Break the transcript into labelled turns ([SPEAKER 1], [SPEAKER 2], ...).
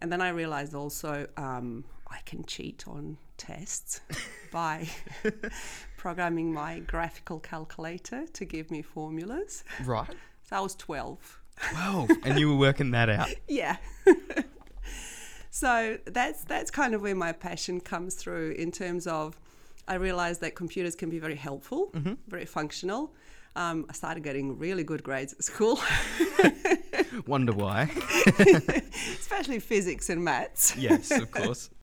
[SPEAKER 1] And then I realized also um, I can cheat on tests by programming my graphical calculator to give me formulas.
[SPEAKER 2] Right.
[SPEAKER 1] So I was 12.
[SPEAKER 2] Wow. and you were working that out.
[SPEAKER 1] Yeah. so that's that's kind of where my passion comes through in terms of I realized that computers can be very helpful, very functional. Um, I started getting really good grades at school,
[SPEAKER 2] Wonder why.
[SPEAKER 1] especially physics and maths.
[SPEAKER 2] yes, of course.